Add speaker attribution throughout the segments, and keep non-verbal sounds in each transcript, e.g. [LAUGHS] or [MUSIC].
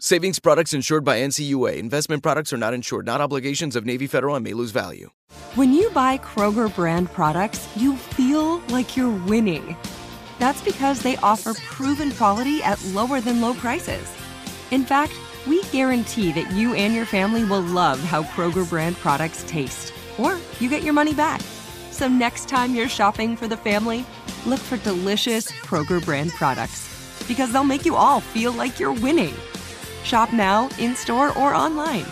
Speaker 1: Savings products insured by NCUA. Investment products are not insured, not obligations of Navy Federal and may lose value.
Speaker 2: When you buy Kroger brand products, you feel like you're winning. That's because they offer proven quality at lower than low prices. In fact, we guarantee that you and your family will love how Kroger brand products taste, or you get your money back. So next time you're shopping for the family, look for delicious Kroger brand products because they'll make you all feel like you're winning. Shop now, in store, or online.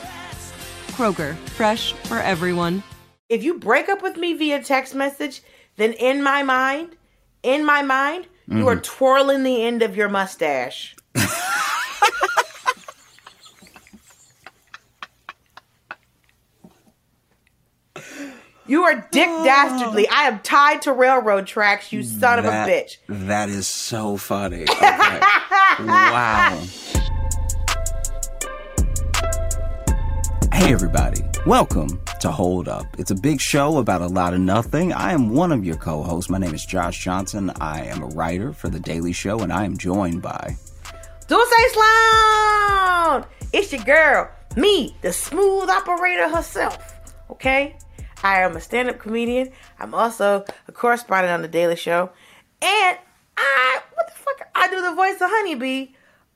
Speaker 2: Kroger, fresh for everyone.
Speaker 3: If you break up with me via text message, then in my mind, in my mind, you are twirling the end of your mustache. you are dick dastardly. I am tied to railroad tracks, you son
Speaker 4: That-
Speaker 3: of a bitch.
Speaker 4: That is so funny.
Speaker 3: [LAUGHS]
Speaker 4: Okay. wow. Hey, everybody. Welcome to Hold Up. It's a big show about a lot of nothing. I am one of your co hosts. My name is Josh Johnson. I am a writer for The Daily Show, and I am joined by.
Speaker 3: Dulce Sloan! It's your girl, me, the smooth operator herself. Okay? I am a stand up comedian. I'm also a correspondent on The Daily Show. And I, what the fuck? I do the voice of Honeybee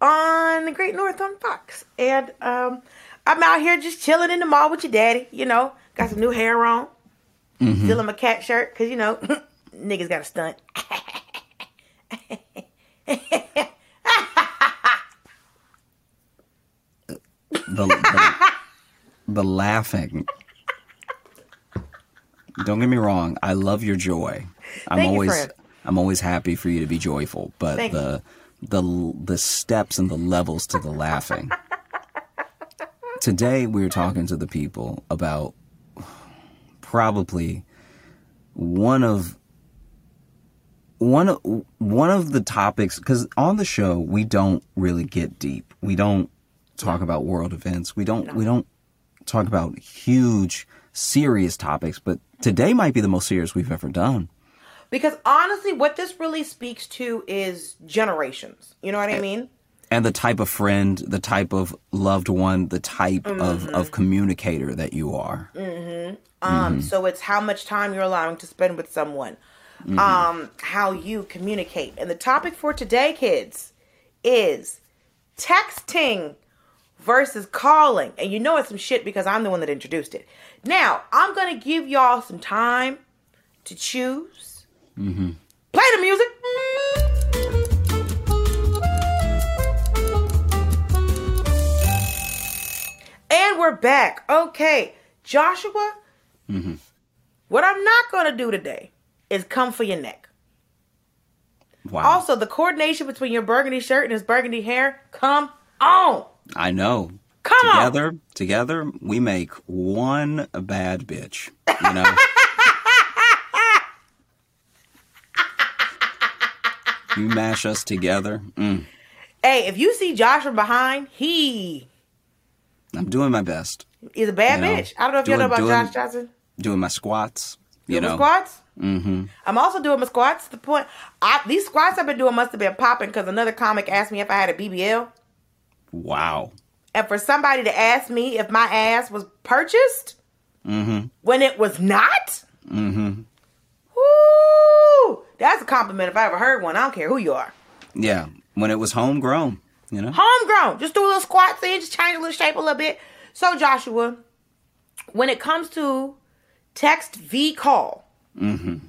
Speaker 3: on The Great North on Fox. And um, I'm out here just chilling in the mall with your daddy, you know, got some new hair on, still in my cat shirt, because, you know, [LAUGHS] niggas got a stunt.
Speaker 4: the the, the laughing. Don't get me wrong. I love your joy. I'm
Speaker 3: Thank you,
Speaker 4: always
Speaker 3: Fred.
Speaker 4: I'm always happy for you to be joyful, but
Speaker 3: Thank
Speaker 4: the the the steps and the levels to the laughing. Today we are talking to the people about probably one of one of one of the topics because on the show we don't really get deep. We don't talk about world events. We don't we don't talk about huge serious topics. But today might be the most serious we've ever done.
Speaker 3: Because honestly, what this really speaks to is generations. You know what I mean?
Speaker 4: And the type of friend, the type of loved one, the type
Speaker 3: Mm-hmm.
Speaker 4: of, of communicator that you are.
Speaker 3: Mm. Um, so it's how much time you're allowing to spend with someone, um, how you communicate. And the topic for today, kids, is texting versus calling. And you know it's some shit because I'm the one that introduced it. Now, I'm going to give y'all some time to choose. Play the music. And we're back. Okay, Joshua, what I'm not going to do today is come for your neck.
Speaker 4: Wow.
Speaker 3: Also, the coordination between your burgundy shirt and his burgundy hair, come on.
Speaker 4: I know.
Speaker 3: Come on.
Speaker 4: together, together, we make one bad bitch. You know.
Speaker 3: [LAUGHS]
Speaker 4: you mash us together. Mm,
Speaker 3: Hey, if you see Josh from behind, he
Speaker 4: I'm doing my best,
Speaker 3: is a bad
Speaker 4: You know,
Speaker 3: bitch. I don't know if you
Speaker 4: doing-
Speaker 3: know about
Speaker 4: doing-
Speaker 3: Josh Johnson.
Speaker 4: doing my squats. You
Speaker 3: Doing my
Speaker 4: know.
Speaker 3: squats? Mm-hmm. I'm also doing my squats. The point, I, these squats I've been doing must have been popping because another comic asked me if I had a BBL.
Speaker 4: Wow.
Speaker 3: And for somebody to ask me if my ass was purchased when it was not, mm-hmm. woo, that's a compliment if I ever heard one. I don't care who you are.
Speaker 4: Yeah. When it was homegrown. You know.
Speaker 3: homegrown. Just do a little squats in, just change a little shape a little bit. So Joshua, when it comes to text v call, in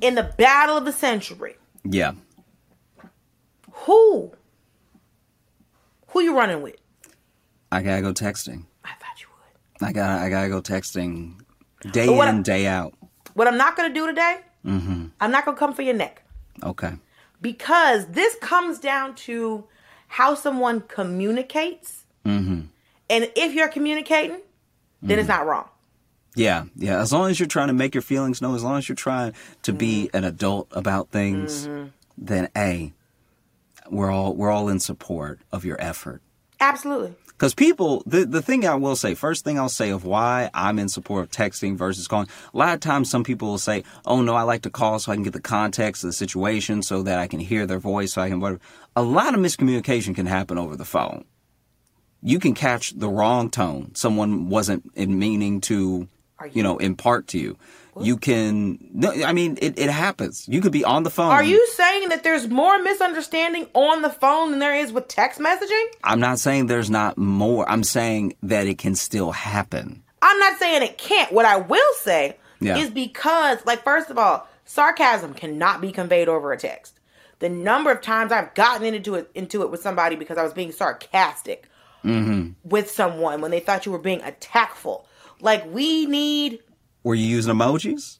Speaker 3: the battle of the century,
Speaker 4: Yeah.
Speaker 3: who who you running with?
Speaker 4: I gotta go texting.
Speaker 3: I thought you would.
Speaker 4: I gotta. I gotta go texting. Day
Speaker 3: But what
Speaker 4: in,
Speaker 3: I-
Speaker 4: day out.
Speaker 3: What I'm not gonna do today, I'm not gonna come for your neck
Speaker 4: Okay.
Speaker 3: because this comes down to how someone communicates, and if you're communicating, then it's not wrong.
Speaker 4: Yeah, yeah. As long as you're trying to make your feelings known, as long as you're trying to be
Speaker 3: Mm-hmm.
Speaker 4: an adult about things, then a we're all we're all in support of your effort.
Speaker 3: Absolutely.
Speaker 4: Because people, the the thing I will say, first thing I'll say of why I'm in support of texting versus calling. A lot of times, some people will say, "Oh no, I like to call so I can get the context of the situation, so that I can hear their voice, so I can whatever." A lot of miscommunication can happen over the phone. You can catch the wrong tone. Someone wasn't in meaning to, you? know, impart to you. You can, no, I mean, it, it happens. You could be on the phone.
Speaker 3: Are you saying that there's more misunderstanding on the phone than there is with text messaging?
Speaker 4: I'm not saying there's not more. I'm saying that it can still happen.
Speaker 3: I'm not saying it can't. What I will say
Speaker 4: Yeah.
Speaker 3: is because, like, first of all, sarcasm cannot be conveyed over a text. The number of times I've gotten into it into it with somebody because I was being sarcastic
Speaker 4: Mm-hmm.
Speaker 3: with someone when they thought you were being attackful. Like we need
Speaker 4: Were you using emojis?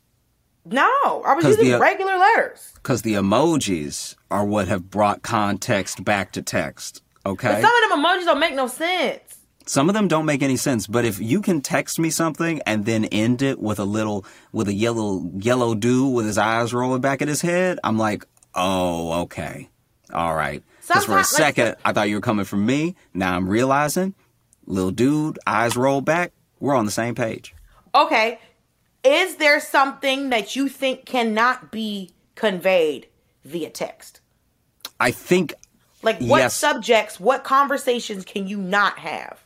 Speaker 3: no, I was
Speaker 4: 'Cause
Speaker 3: using
Speaker 4: the, uh,
Speaker 3: regular letters.
Speaker 4: Because the emojis are what have brought context back to text. Okay.
Speaker 3: Some of them emojis don't make no sense.
Speaker 4: Some of them don't make any sense, but if you can text me something and then end it with a little, with a yellow, yellow dude with his eyes rolling back in his head, I'm like, oh, okay. All right. Because for a
Speaker 3: Sometimes- like-
Speaker 4: second, I thought you were coming from me. Now I'm realizing, little dude, eyes rolled back, we're on the same page.
Speaker 3: Okay, is there something that you think cannot be conveyed via text?
Speaker 4: I think
Speaker 3: Like what
Speaker 4: Yes.
Speaker 3: subjects, what conversations can you not have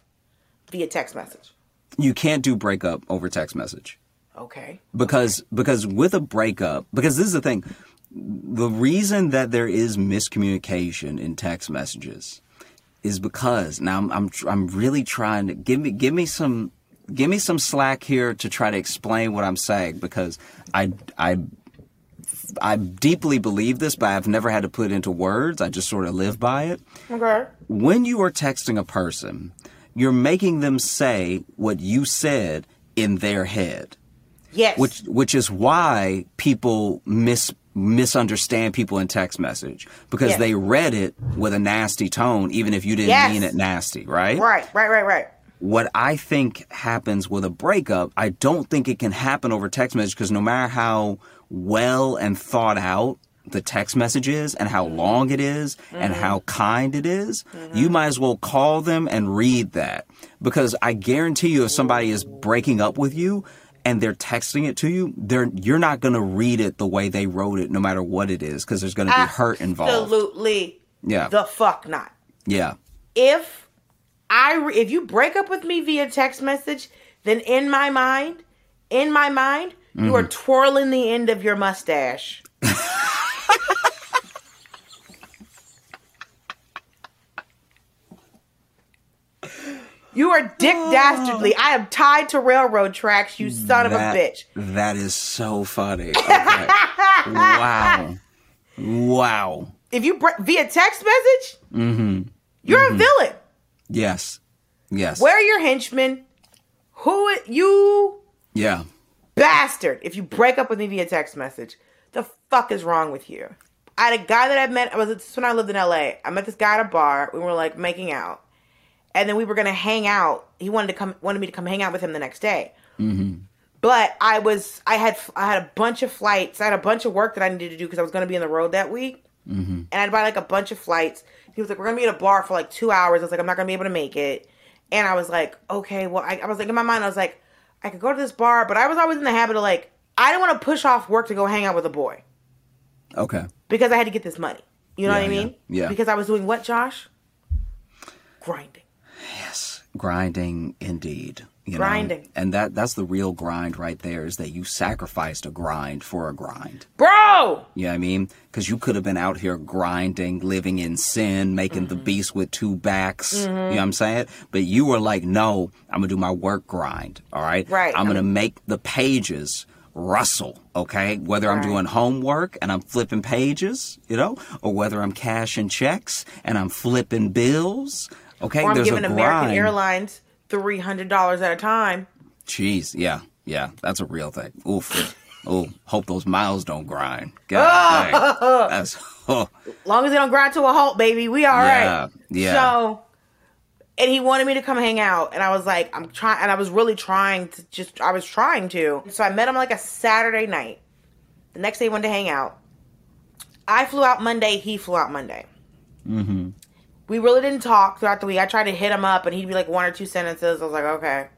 Speaker 3: via text message?
Speaker 4: you can't do breakup over text message
Speaker 3: Okay.
Speaker 4: because because with a breakup because this is the thing the reason that there is miscommunication in text messages is because now I'm I'm, tr- I'm really trying to give me give me some give me some slack here to try to explain what I'm saying because I I I deeply believe this but I've never had to put it into words I just sort of live by it
Speaker 3: Okay.
Speaker 4: when you are texting a person, you're making them say what you said in their head,
Speaker 3: Yes.
Speaker 4: which which is why people mis misunderstand people in text message because
Speaker 3: Yes.
Speaker 4: they read it with a nasty tone, even if you didn't
Speaker 3: Yes.
Speaker 4: mean it nasty, right?
Speaker 3: right, right, right, right.
Speaker 4: What I think happens with a breakup, I don't think it can happen over text message because no matter how well and thought out the text message is and how long it is and how
Speaker 3: Mm-hmm.
Speaker 4: kind it is, you might as well call them and read that. Because I guarantee you if somebody is breaking up with you and they're texting it to you, they're you're not gonna read it the way they wrote it no matter what it is, because there's gonna be hurt involved.
Speaker 3: Absolutely.
Speaker 4: Yeah.
Speaker 3: The fuck not.
Speaker 4: Yeah.
Speaker 3: If I re- if you break up with me via text message, then in my mind, in my mind, you are twirling the end of your mustache. You are dick dastardly. I am tied to railroad tracks, you son
Speaker 4: that,
Speaker 3: of a bitch.
Speaker 4: That is so
Speaker 3: [LAUGHS]
Speaker 4: funny. Okay. wow. Wow.
Speaker 3: if you br- via text message, you're a villain.
Speaker 4: Yes. Yes.
Speaker 3: Where are your henchmen? Who i- you
Speaker 4: Yeah.
Speaker 3: bastard? If you break up with me via text message, the fuck is wrong with you? I had a guy that I met. I was this is when I lived in LA. I met this guy at a bar. We were like making out, and then we were gonna hang out. He wanted to come, wanted me to come hang out with him the next day. But I was, I had, I had a bunch of flights. I had a bunch of work that I needed to do because I was gonna be on the road that week. and I'd buy like a bunch of flights. He was like, "We're gonna be at a bar for like two hours." I was like, "I'm not gonna be able to make it," and I was like, "Okay, well," I, I was like in my mind, I was like, "I could go to this bar," but I was always in the habit of like, I didn't want to push off work to go hang out with a boy
Speaker 4: Okay.
Speaker 3: because I had to get this money. You know
Speaker 4: Yeah,
Speaker 3: what I mean?
Speaker 4: yeah, yeah.
Speaker 3: Because I was doing what, Josh? Grinding.
Speaker 4: Grinding indeed. You know?
Speaker 3: Grinding.
Speaker 4: And that that's the real grind right there is that you sacrificed a grind for a grind.
Speaker 3: Bro,
Speaker 4: You know what I mean? Because you could have been out here grinding, living in sin, making
Speaker 3: Mm-hmm.
Speaker 4: the beast with two backs. You know what I'm saying? But you were like, no, I'm going to do my work grind. All right?
Speaker 3: Right.
Speaker 4: I'm going to make the pages rustle. Okay? Whether I'm doing homework and I'm flipping pages, you know, or whether I'm cashing checks and I'm flipping bills. Okay?
Speaker 3: or I'm
Speaker 4: There's
Speaker 3: giving
Speaker 4: a
Speaker 3: American
Speaker 4: grind.
Speaker 3: Airlines three hundred dollars at a time.
Speaker 4: Jeez. Yeah. Yeah. That's a real thing. Oof.
Speaker 3: [LAUGHS]
Speaker 4: oh, hope those miles don't grind. God dang. That's. [LAUGHS] oh,
Speaker 3: long as they don't grind to a halt, baby, we all right.
Speaker 4: Yeah, yeah.
Speaker 3: So and he wanted me to come hang out and i was like i'm trying and i was really trying to just i was trying to so i met him like a saturday night the next day we went to hang out i flew out monday he flew out monday
Speaker 4: Mm-hmm.
Speaker 3: we really didn't talk throughout the week i tried to hit him up and he'd be like one or two sentences i was like okay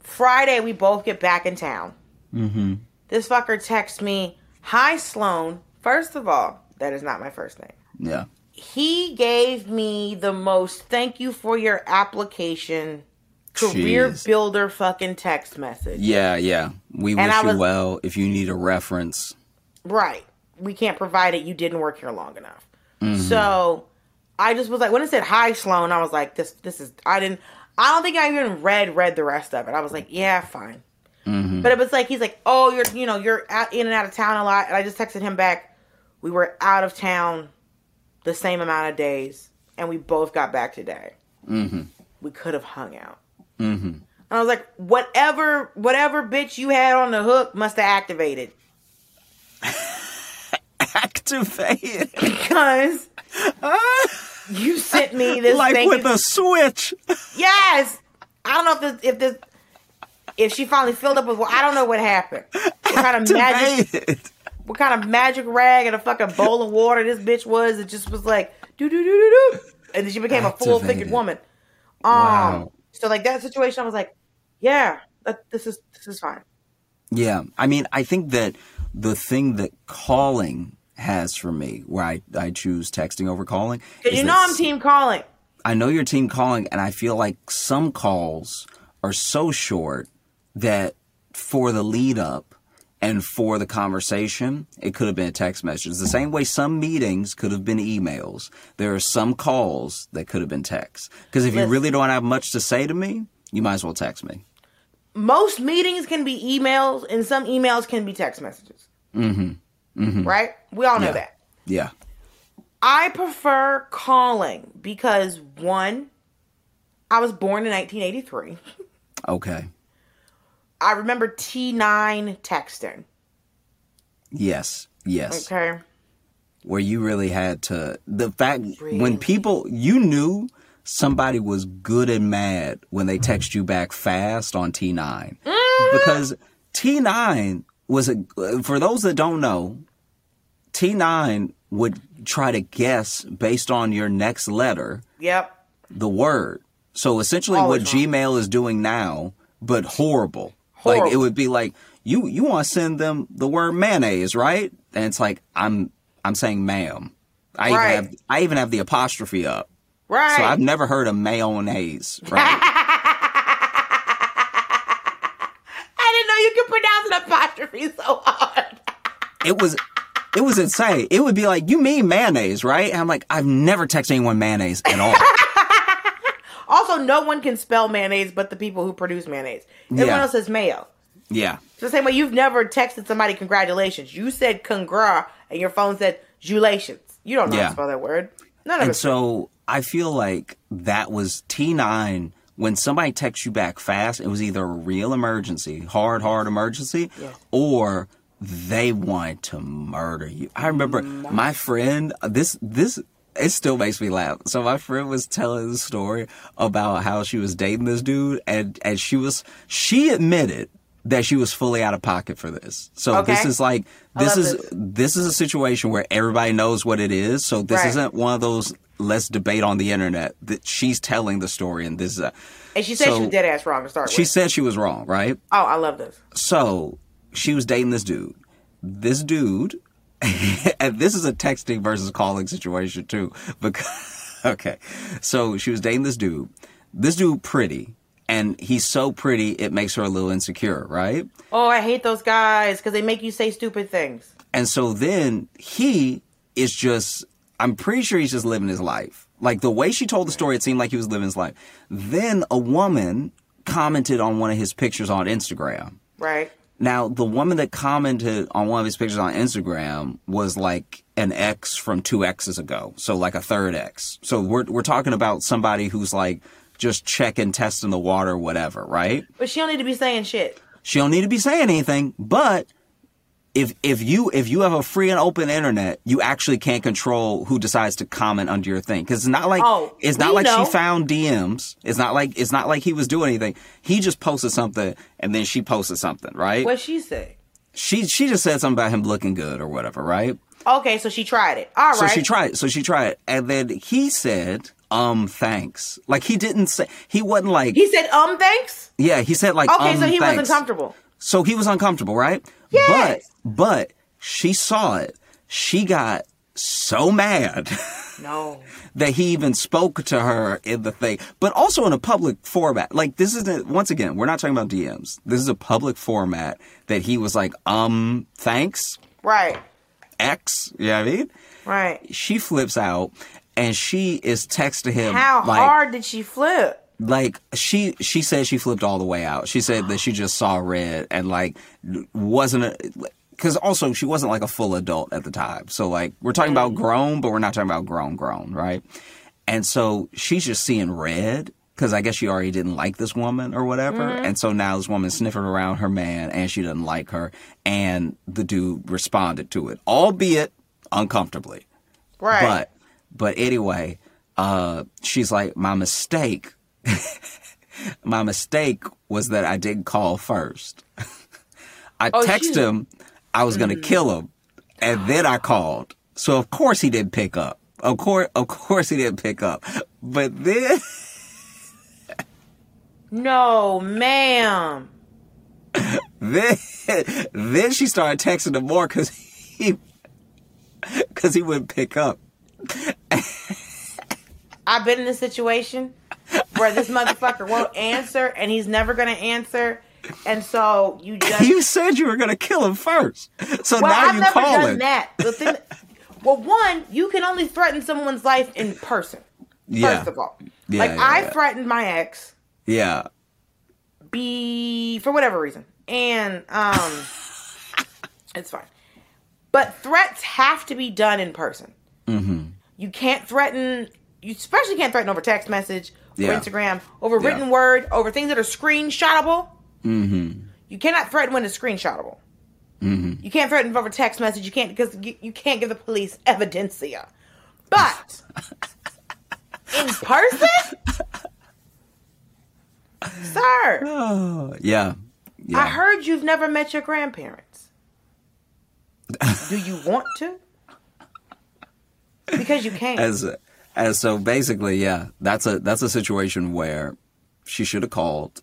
Speaker 3: friday we both get back in town
Speaker 4: Mm-hmm.
Speaker 3: this fucker texts me hi sloan first of all that is not my first name
Speaker 4: Yeah.
Speaker 3: he gave me the most thank you for your application career
Speaker 4: Jeez.
Speaker 3: builder fucking text message.
Speaker 4: Yeah, yeah. We
Speaker 3: And
Speaker 4: wish
Speaker 3: I
Speaker 4: you
Speaker 3: was-
Speaker 4: well. If you need a
Speaker 3: [LAUGHS]
Speaker 4: reference,
Speaker 3: Right. We can't provide it. You didn't work here long enough. So I just was like, when it said hi Sloan, I was like, this this is I didn't I don't think I even read read the rest of it. I was like, yeah, fine. But it was like he's like, oh, you're you know you're out, in and out of town a lot, and I just texted him back. We were out of town the same amount of days, and we both got back today. We could have hung out. And I was like, whatever, whatever bitch you had on the hook must have activated
Speaker 4: activate it.
Speaker 3: because you sent me this
Speaker 4: [LAUGHS] like
Speaker 3: thing.
Speaker 4: with
Speaker 3: [LAUGHS]
Speaker 4: a switch.
Speaker 3: yes, I don't know if this, if this, if she finally filled up with. Well, I don't know what happened. What kind of magic?
Speaker 4: [LAUGHS] Activate it.
Speaker 3: What kind of magic rag and a fucking bowl of water this bitch was? It just was like do do do do do, and then she became a full figured
Speaker 4: Activated.
Speaker 3: woman. Um,
Speaker 4: Wow.
Speaker 3: so like that situation, I was like, yeah, that, this is this is fine.
Speaker 4: Yeah. I mean, I think that the thing that calling has for me, where I, I choose texting over calling,
Speaker 3: Cause
Speaker 4: is
Speaker 3: you
Speaker 4: that
Speaker 3: know I'm team calling.
Speaker 4: I know your team calling, and I feel like some calls are so short that for the lead up and for the conversation, it could have been a text message. The same way some meetings could have been emails. There are some calls that could have been texts. Because if you really don't have much to say to me, you might as well text me.
Speaker 3: most meetings can be emails and some emails can be text messages. Mm-hmm. Right? We all know that.
Speaker 4: Yeah.
Speaker 3: I prefer calling because one, I was born in 1983.
Speaker 4: Okay.
Speaker 3: I remember T9 texting.
Speaker 4: Yes. Yes.
Speaker 3: Okay.
Speaker 4: where you really had to the fact when people you knew somebody was good and mad when they text you back fast on T9 because T9 was a for those that don't know T9 would try to guess based on your next letter
Speaker 3: Yep.
Speaker 4: the word so essentially
Speaker 3: Always
Speaker 4: what
Speaker 3: wrong.
Speaker 4: Gmail is doing now but horrible. like it
Speaker 3: Horrible.
Speaker 4: would be like you you want to send them the word mayonnaise right and it's like I'm I'm saying ma'am I even
Speaker 3: Right.
Speaker 4: have I even have the apostrophe up
Speaker 3: Right.
Speaker 4: so I've never heard of mayonnaise
Speaker 3: [LAUGHS]
Speaker 4: right
Speaker 3: I didn't know you could pronounce an apostrophe so hard.
Speaker 4: it was it was insane it would be like you mean mayonnaise right and I'm like I've never texted anyone mayonnaise
Speaker 3: [LAUGHS]
Speaker 4: at all
Speaker 3: Also, no one can spell mayonnaise but the people who produce mayonnaise. Everyone
Speaker 4: Yeah.
Speaker 3: else says mayo.
Speaker 4: yeah
Speaker 3: It's the same way you've never texted somebody congratulations. You said congra and your phone said julations. You don't know how
Speaker 4: Yeah.
Speaker 3: to spell that word. None of
Speaker 4: And
Speaker 3: us.
Speaker 4: so I feel like that was T9. When somebody texts you back fast, it was either a real emergency, hard, hard emergency, or they wanted to murder you. I remember
Speaker 3: Mm,
Speaker 4: my friend, this, this, it still makes me laugh. So my friend was telling the story about how she was dating this dude and, and she was, she admitted that she was fully out of pocket for this. So this
Speaker 3: Okay.
Speaker 4: is like, this
Speaker 3: love
Speaker 4: is,
Speaker 3: this.
Speaker 4: this is a situation where everybody knows what it is. So this
Speaker 3: Right.
Speaker 4: isn't one of those let's debate on the internet that she's telling the story and this is a,
Speaker 3: and she said she
Speaker 4: so-
Speaker 3: was dead ass wrong to start
Speaker 4: she
Speaker 3: with.
Speaker 4: said she was wrong, right?
Speaker 3: oh, I love this.
Speaker 4: So she was dating this dude. This dude, [LAUGHS] and this is a texting versus calling situation too. Because [LAUGHS] okay, so she was dating this dude. This dude pretty, and he's so pretty it makes her a little insecure, right?
Speaker 3: Oh, I hate those guys because they make you say stupid things.
Speaker 4: And so then he is just, I'm pretty sure he's just living his life. Like the way she told the story, it seemed like he was living his life. Then a woman commented on one of his pictures on Instagram.
Speaker 3: Right.
Speaker 4: Now, the woman that commented on one of his pictures on Instagram was like an ex from two exes ago. So like a third ex. So we're, we're talking about somebody who's like just checking, testing the water, whatever, right?
Speaker 3: But she don't need to be saying shit.
Speaker 4: She don't need to be saying anything, but if if you if you have a free and open internet, you actually can't control who decides to comment under your thing because it's not like
Speaker 3: Oh,
Speaker 4: it's not
Speaker 3: we
Speaker 4: like
Speaker 3: know.
Speaker 4: she found DMs. It's not like it's not like he was doing anything. He just posted something and then she posted something, right?
Speaker 3: What she said.
Speaker 4: She she just said something about him looking good or whatever, right?
Speaker 3: Okay, so she tried it. All right.
Speaker 4: So she tried. So she tried, and then he said, "Um, thanks." Like he didn't say he wasn't like
Speaker 3: He said, um, thanks.
Speaker 4: yeah. He said like
Speaker 3: Okay,
Speaker 4: um,
Speaker 3: so he wasn't
Speaker 4: thanks.
Speaker 3: comfortable.
Speaker 4: So he was uncomfortable, right?
Speaker 3: Yes.
Speaker 4: But but she saw it. She got so mad [LAUGHS]
Speaker 3: No.
Speaker 4: that he even spoke to her in the thing, but also in a public format. Like this isn't once again, we're not talking about DMs. This is a public format that he was like, um, thanks,
Speaker 3: Right.
Speaker 4: X. You know what I mean?
Speaker 3: Right.
Speaker 4: She flips out and she is texting him
Speaker 3: How
Speaker 4: Um, like
Speaker 3: hard did she flip?
Speaker 4: like she she said she flipped all the way out. She said that she just saw red and like wasn't a because also she wasn't like a full adult at the time. So like we're talking about grown, but we're not talking about grown grown, right? And so she's just seeing red because I guess she already didn't like this woman or whatever. And so now this woman's sniffing around her man and she doesn't like her. And the dude responded to it, albeit uncomfortably.
Speaker 3: Right.
Speaker 4: But but anyway, uh, she's like, my mistake. [LAUGHS] my mistake was that I didn't call first. I texted
Speaker 3: she's-
Speaker 4: him. I was
Speaker 3: Mm.
Speaker 4: gonna kill him, and then I called. So of course he didn't pick up. Of course, of course he didn't pick up. But then. [LAUGHS]
Speaker 3: no, ma'am.
Speaker 4: then then she started texting him more because he because he wouldn't pick up.
Speaker 3: I've been in a situation where this motherfucker won't answer and he's never gonna answer. And so
Speaker 4: [LAUGHS]
Speaker 3: you just
Speaker 4: You said you were gonna kill him first, so
Speaker 3: Well,
Speaker 4: now
Speaker 3: I've
Speaker 4: you
Speaker 3: never
Speaker 4: call
Speaker 3: done
Speaker 4: him.
Speaker 3: that. The thing, well, one, you can only threaten someone's life in person.
Speaker 4: Yeah.
Speaker 3: First of all,
Speaker 4: Yeah,
Speaker 3: like
Speaker 4: yeah,
Speaker 3: I
Speaker 4: yeah.
Speaker 3: threatened my ex,
Speaker 4: Yeah,
Speaker 3: be for whatever reason, and um, it's fine. But threats have to be done in person. Mm-hmm. You can't threaten. You especially can't threaten over text message, over
Speaker 4: Yeah.
Speaker 3: Instagram, over
Speaker 4: Yeah.
Speaker 3: written word, over things that are screenshotable. Mm-hmm. You cannot threaten when it's screenshotable. You can't threaten over text message. You can't because you, you can't give the police [LAUGHS] evidencia. But in person, sir,
Speaker 4: yeah, yeah.
Speaker 3: I heard you've never met your grandparents. Do you
Speaker 4: [LAUGHS]
Speaker 3: want to? Because you can't.
Speaker 4: as as so basically, yeah, that's a that's a situation where she should have called.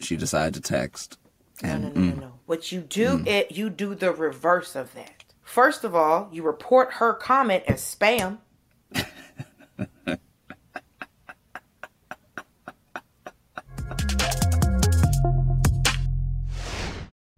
Speaker 4: She decided to text, and
Speaker 3: no, no, no, no. What you do
Speaker 4: Mm.
Speaker 3: it you do the reverse of that. First of all, you report her comment as spam.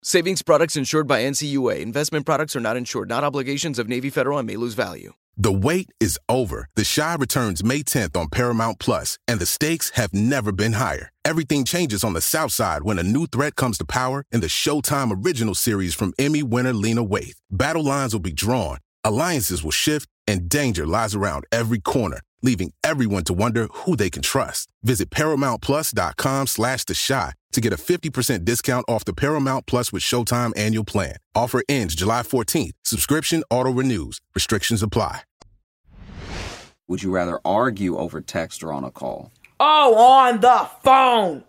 Speaker 1: Savings products insured by NCUA. Investment products are not insured, not obligations of Navy Federal and may lose value.
Speaker 5: The wait is over. The Shy returns May 10th on Paramount Plus, and the stakes have never been higher. Everything changes on the South Side when a new threat comes to power in the Showtime original series from Emmy winner Lena Waithe. Battle lines will be drawn, alliances will shift, and danger lies around every corner, leaving everyone to wonder who they can trust. Visit ParamountPlus.com slash The Shot to get a 50% discount off the Paramount Plus with Showtime annual plan. Offer ends July 14th. Subscription auto-renews. Restrictions apply.
Speaker 4: would you rather argue over text or on a call?
Speaker 3: Oh, on the phone.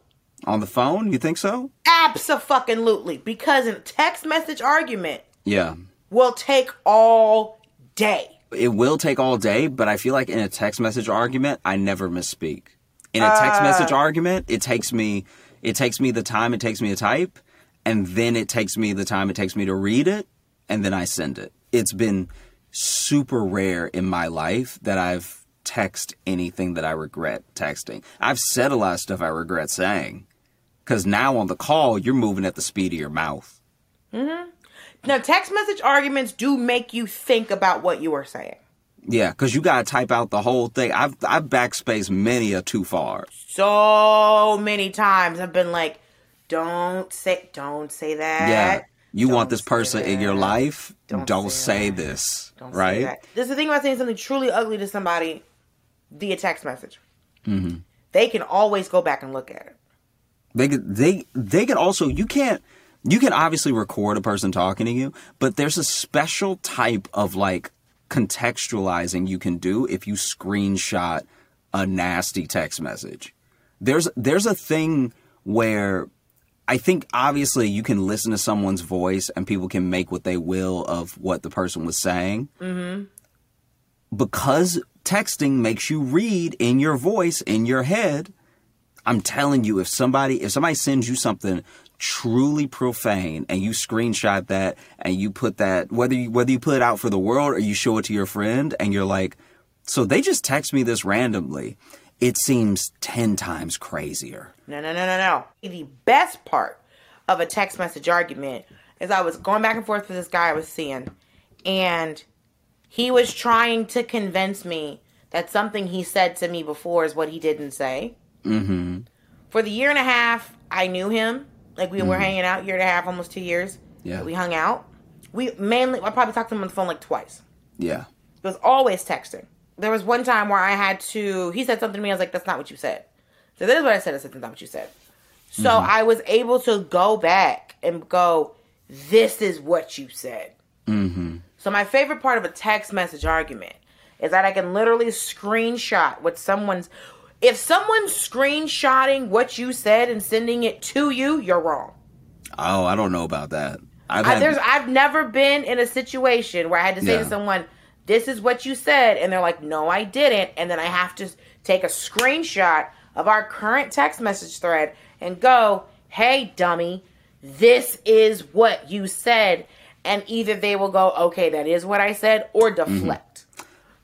Speaker 4: On the phone, you think so?
Speaker 3: Absolutely. Because a text message argument
Speaker 4: Yeah,
Speaker 3: will take all day.
Speaker 4: it will take all day, but I feel like in a text message argument, I never misspeak. In a text message argument, it takes me it takes me the time it takes me to type, and then it takes me the time it takes me to read it, and then I send it. It's been super rare in my life that I've text anything that I regret texting. I've said a lot of stuff I regret saying. Cause now on the call, you're moving at the speed of your mouth.
Speaker 3: Now, text message arguments do make you think about what you are saying.
Speaker 4: Yeah, because you gotta type out the whole thing. I've I've backspaced many a too far.
Speaker 3: So many times I've been like, don't say, don't say that.
Speaker 4: Yeah, you
Speaker 3: Don't
Speaker 4: want this
Speaker 3: say
Speaker 4: person in your
Speaker 3: that.
Speaker 4: life?
Speaker 3: Don't
Speaker 4: Don't,
Speaker 3: say
Speaker 4: say,
Speaker 3: that.
Speaker 4: this,
Speaker 3: Don't say
Speaker 4: right?
Speaker 3: that. There's the thing about saying something truly ugly to somebody via text message.
Speaker 4: Mm-hmm.
Speaker 3: They can always go back and look at it.
Speaker 4: They could they they could also you can't you can obviously record a person talking to you, but there's a special type of like contextualizing you can do if you screenshot a nasty text message. There's there's a thing where I think obviously you can listen to someone's voice and people can make what they will of what the person was saying. Because texting makes you read in your voice, in your head, I'm telling you, if somebody if somebody sends you something truly profane and you screenshot that and you put that whether you whether you put it out for the world or you show it to your friend and you're like, so they just text me this randomly, it seems ten times crazier.
Speaker 3: No, no, no, no, no. The best part of a text message argument is I was going back and forth with this guy I was seeing, and he was trying to convince me that something he said to me before is what he didn't say. Mm-hmm. For the year and a half, I knew him. Like we were hanging out, year and a half, almost two years.
Speaker 4: Yeah.
Speaker 3: We hung out. We mainly, I probably talked to him on the phone like twice.
Speaker 4: Yeah.
Speaker 3: It was always texting. There was one time where I had to, he said something to me, I was like, that's not what you said. So this is what I said, I said, that's not what you said. So I was able to go back and go, this is what you said. So my favorite part of a text message argument is that I can literally screenshot what someone's, if someone's screenshotting what you said and sending it to you, you're wrong.
Speaker 4: Oh, I don't know about that. I've
Speaker 3: I, there's
Speaker 4: had,
Speaker 3: I've never been in a situation where I had to say to
Speaker 4: Yeah.
Speaker 3: someone, "This is what you said," and they're like, "No, I didn't," and then I have to take a screenshot of our current text message thread and go, "Hey, dummy, this is what you said," and either they will go, "Okay, that is what I said," or
Speaker 4: Mm-hmm.
Speaker 3: deflect.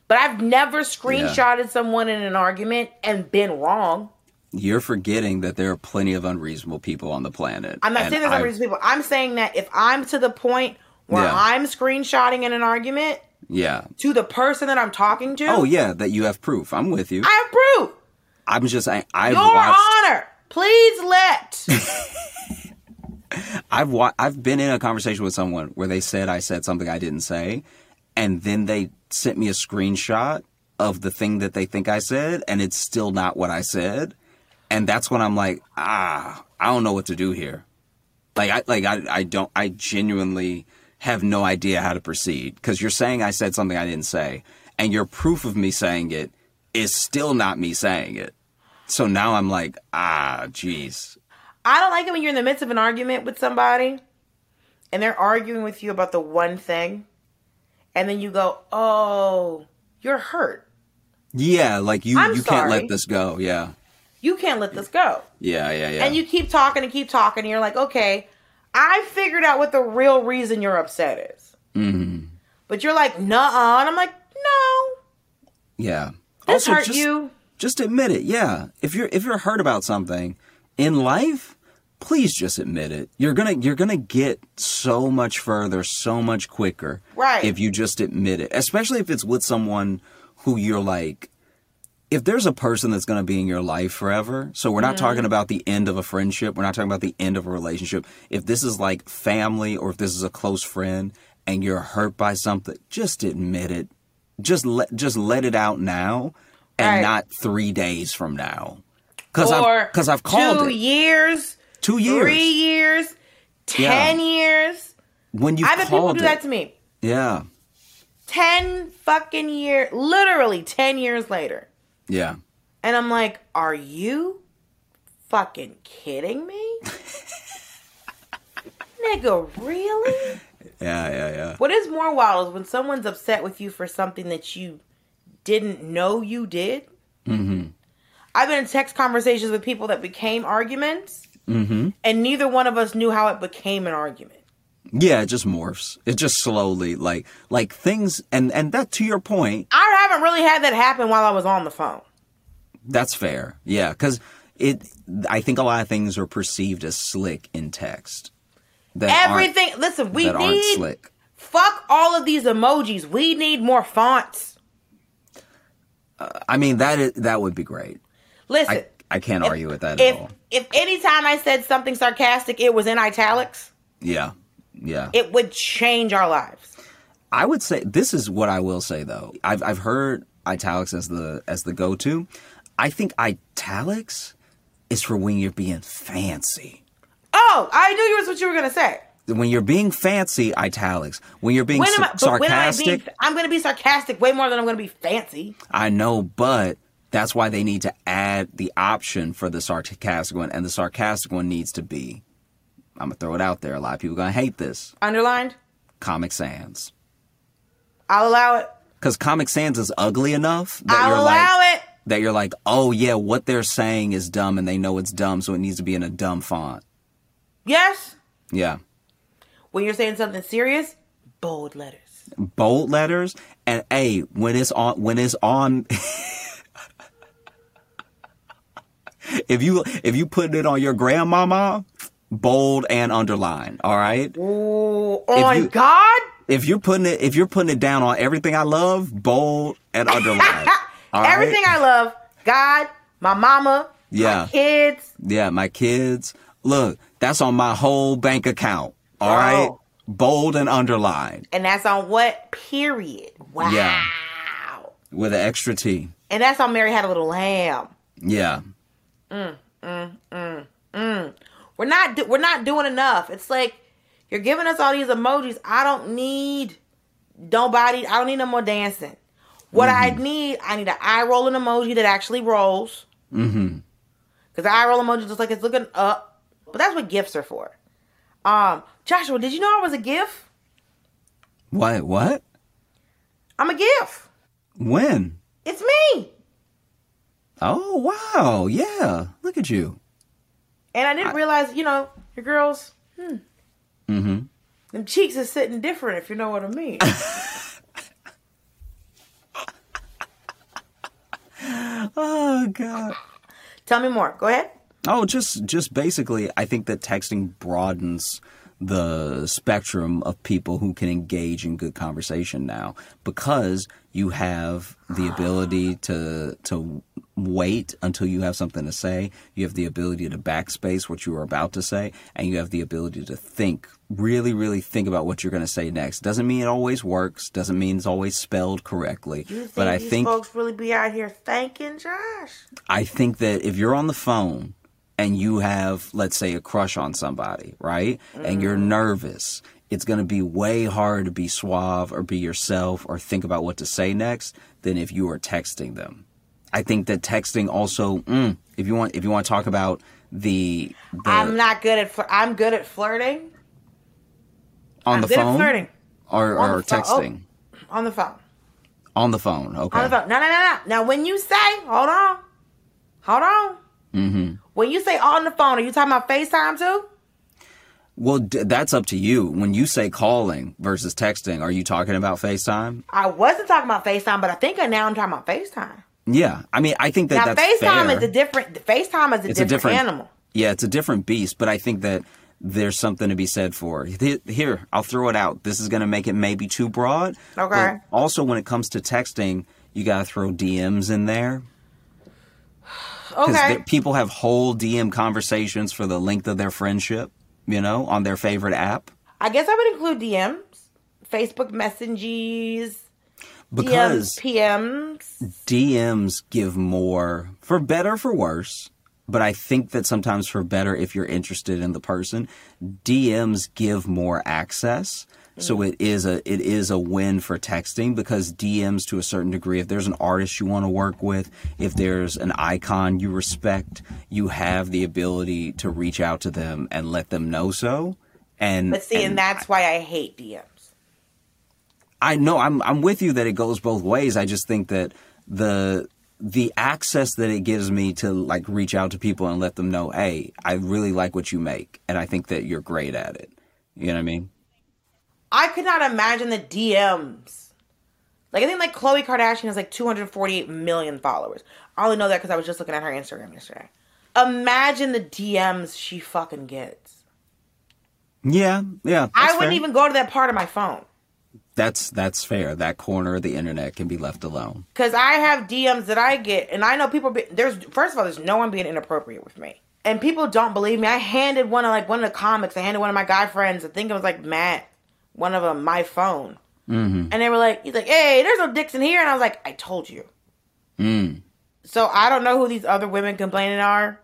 Speaker 3: But I've never screenshotted someone in an argument and been wrong.
Speaker 4: you're forgetting that there are plenty of unreasonable people on the planet.
Speaker 3: I'm not
Speaker 4: And
Speaker 3: saying there's
Speaker 4: I-
Speaker 3: unreasonable people. I'm saying that if I'm to the point where
Speaker 4: Yeah.
Speaker 3: I'm screenshotting in an argument
Speaker 4: Yeah.
Speaker 3: to the person that I'm talking to,
Speaker 4: Oh yeah, that you have proof. I'm with you.
Speaker 3: I have proof.
Speaker 4: I, am just I, I've
Speaker 3: Your
Speaker 4: watched.
Speaker 3: honor, please let.
Speaker 4: [LAUGHS] I've wa- I've been in a conversation with someone where they said I said something I didn't say, and then they sent me a screenshot of the thing that they think I said, and it's still not what I said, and that's when I'm like, ah, I don't know what to do here. Like I like I I don't I genuinely have no idea how to proceed because you're saying I said something I didn't say, and your proof of me saying it is still not me saying it. So now I'm like, ah, jeez.
Speaker 3: I don't like it when you're in the midst of an argument with somebody and they're arguing with you about the one thing, and then you go, "Oh, you're hurt.
Speaker 4: Yeah, like you
Speaker 3: I'm
Speaker 4: you
Speaker 3: sorry.
Speaker 4: can't let this go. Yeah.
Speaker 3: You can't let this go."
Speaker 4: Yeah, yeah, yeah.
Speaker 3: And you keep talking and keep talking, and you're like, okay, I figured out what the real reason you're upset is. Mm-hmm. But you're like, nah, and I'm like, no,
Speaker 4: yeah.
Speaker 3: this hurt
Speaker 4: just,
Speaker 3: you.
Speaker 4: Just admit it. Yeah. If you're if you're hurt about something in life, please just admit it. You're going to you're going to get so much further, so much quicker
Speaker 3: Right.
Speaker 4: if you just admit it. Especially if it's with someone who you're like if there's a person that's going to be in your life forever, so we're not talking about the end of a friendship, we're not talking about the end of a relationship. If this is like family or if this is a close friend and you're hurt by something, just admit it. Just let just let it out now and
Speaker 3: Right.
Speaker 4: not 3 days from now. Cuz
Speaker 3: Or
Speaker 4: I cuz I've called
Speaker 3: two
Speaker 4: it
Speaker 3: years,
Speaker 4: 2 years.
Speaker 3: three years, ten years.
Speaker 4: when you
Speaker 3: I've had people
Speaker 4: called
Speaker 3: do
Speaker 4: it.
Speaker 3: that to me.
Speaker 4: yeah.
Speaker 3: Ten fucking year, literally ten years later,
Speaker 4: Yeah.
Speaker 3: and I'm like, are you fucking kidding me? Nigga, really?
Speaker 4: Yeah, yeah, yeah.
Speaker 3: What is more wild is when someone's upset with you for something that you didn't know you did. Mm-hmm. I've been in text conversations with people that became arguments, and neither one of us knew how it became an argument.
Speaker 4: Yeah, it just morphs. It just slowly like like things and and that to your point,
Speaker 3: I haven't really had that happen while I was on the phone.
Speaker 4: That's fair. Yeah, because it. I think a lot of things are perceived as slick in text. That aren't-
Speaker 3: Everything. Listen, we
Speaker 4: that aren't
Speaker 3: need
Speaker 4: slick.
Speaker 3: fuck all of these emojis. We need more fonts.
Speaker 4: I mean, that is, that would be great.
Speaker 3: Listen,
Speaker 4: I, I can't argue with that at
Speaker 3: if
Speaker 4: all.
Speaker 3: if any time I said something sarcastic, it was in italics,
Speaker 4: Yeah. Yeah.
Speaker 3: it would change our lives.
Speaker 4: I would say this is what I will say though. I've I've heard italics as the as the go to. I think italics is for when you're being fancy.
Speaker 3: Oh, I knew you was what you were gonna say.
Speaker 4: When you're being fancy, italics. When you're being
Speaker 3: When am I,
Speaker 4: sa-
Speaker 3: but when am I
Speaker 4: sarcastic,
Speaker 3: being? I'm gonna be sarcastic way more than I'm gonna be fancy.
Speaker 4: I know, but that's why they need to add the option for the sarcastic one, and the sarcastic one needs to be. I'm gonna throw it out there. A lot of people gonna hate this.
Speaker 3: Underlined.
Speaker 4: Comic Sans,
Speaker 3: I'll allow it.
Speaker 4: because Comic Sans is ugly enough that
Speaker 3: I'll
Speaker 4: you're
Speaker 3: allow
Speaker 4: like
Speaker 3: it.
Speaker 4: that you're like, oh yeah, what they're saying is dumb, and they know it's dumb, so it needs to be in a dumb font.
Speaker 3: Yes.
Speaker 4: Yeah,
Speaker 3: When you're saying something serious, bold letters.
Speaker 4: bold letters, and hey, when it's on, when it's on. [LAUGHS] If you if you put it on your grandmama, bold and underlined, all right?
Speaker 3: Ooh, Oh, on
Speaker 4: you-
Speaker 3: God.
Speaker 4: if you're putting it if you're putting it down on everything I love, bold and
Speaker 3: [LAUGHS]
Speaker 4: underlined. All right?
Speaker 3: Everything I love, God, my mama,
Speaker 4: Yeah.
Speaker 3: my kids.
Speaker 4: Yeah, my kids. Look, that's on my whole bank account. All right,
Speaker 3: Wow.
Speaker 4: Bold and underlined
Speaker 3: And that's on what period? Wow.
Speaker 4: Yeah. with an extra T.
Speaker 3: And that's on Mary Had a Little Lamb.
Speaker 4: Yeah.
Speaker 3: We're not do- we're not doing enough. It's like you're giving us all these emojis. I don't need nobody. I don't need no more dancing. What
Speaker 4: Mm-hmm.
Speaker 3: I need, I need an eye rolling emoji that actually rolls. Mm-hmm. Cause the eye roll emoji just like it's looking up. But that's what gifts are for. Um, Joshua, did you know I was a GIF?
Speaker 4: What what?
Speaker 3: I'm a GIF.
Speaker 4: When?
Speaker 3: It's me.
Speaker 4: Oh wow. Yeah. Look at you.
Speaker 3: And I didn't realize, you know, your girls, hmm. Mm-hmm. Them cheeks are sitting different, if you know what I
Speaker 4: [LAUGHS]
Speaker 3: mean.
Speaker 4: Oh god.
Speaker 3: Tell me more. Go ahead.
Speaker 4: Oh, just just basically, I think that texting broadens the spectrum of people who can engage in good conversation now because you have the ability to to wait until you have something to say. You have the ability to backspace what you were about to say, and you have the ability to think really, really think about what you're going to say next. Doesn't mean it always works. Doesn't mean it's always spelled correctly.
Speaker 3: You think
Speaker 4: but I
Speaker 3: these
Speaker 4: think Uh,
Speaker 3: folks really be out here thanking Josh?
Speaker 4: I think that if you're on the phone and you have, let's say, a crush on somebody, right? And you're
Speaker 3: Mm.
Speaker 4: nervous, it's going to be way harder to be suave or be yourself or think about what to say next than if you are texting them. I think that texting also, mm, if you want, if you want to talk about the, the
Speaker 3: I'm not good at. Fl- I'm good at flirting
Speaker 4: on
Speaker 3: I'm
Speaker 4: the
Speaker 3: good at
Speaker 4: phone
Speaker 3: flirting.
Speaker 4: or,
Speaker 3: On
Speaker 4: or
Speaker 3: the phone. Oh.
Speaker 4: texting
Speaker 3: on the phone.
Speaker 4: on the phone, okay?
Speaker 3: On the phone. No, no, no, no. Now, when you say, hold on, hold on. Mm-hmm. When you say on the phone, are you talking about Facetime too?
Speaker 4: Well, d- that's up to you. When you say calling versus texting, are you talking about FaceTime?
Speaker 3: I wasn't talking about Facetime, but I think I now I'm talking about Facetime.
Speaker 4: Yeah, I mean, I think that
Speaker 3: now,
Speaker 4: that's
Speaker 3: Facetime
Speaker 4: fair.
Speaker 3: is a different. Facetime is a, different,
Speaker 4: it's a different
Speaker 3: animal.
Speaker 4: Yeah, it's a different beast, but I think that there's something to be said for it. here. I'll throw it out. This is going to make it maybe too broad.
Speaker 3: Okay.
Speaker 4: but also, when it comes to texting, you got to throw DMs in there because
Speaker 3: Okay.
Speaker 4: people have whole DM conversations for the length of their friendship. You know, on their favorite app.
Speaker 3: I guess I would include DMs, Facebook messages,
Speaker 4: Because
Speaker 3: DMs, PMs.
Speaker 4: DMs give more, for better or for worse, but I think that sometimes for better, if you're interested in the person, DMs give more access. So
Speaker 3: Mm-hmm.
Speaker 4: it is a it is a win for texting because DMs to a certain degree, if there's an artist you want to work with, if there's an icon you respect, you have the ability to reach out to them and let them know so. And
Speaker 3: But see, and that's why I hate DMs.
Speaker 4: I know I'm I'm with you that it goes both ways. I just think that the the access that it gives me to like reach out to people and let them know, hey, I really like what you make, and I think that you're great at it. You know what I mean?
Speaker 3: I could not imagine the DMs. Like I think like Khloe Kardashian has like 248 million followers. I only know that because I was just looking at her Instagram yesterday. Imagine the DMs she fucking gets.
Speaker 4: Yeah, yeah.
Speaker 3: I
Speaker 4: that's
Speaker 3: wouldn't
Speaker 4: fair.
Speaker 3: even go to that part of my phone.
Speaker 4: That's that's fair. That corner of the internet can be left alone.
Speaker 3: Because I have DMs that I get, and I know people. Be, there's first of all, there's no one being inappropriate with me, and people don't believe me. I handed one of like one of the comics. I handed one of my guy friends. I think it was like Matt, one of them, my phone, mm-hmm. and they were like, he's like, hey, there's no dicks in here, and I was like, I told you.
Speaker 4: Mm.
Speaker 3: So I don't know who these other women complaining are,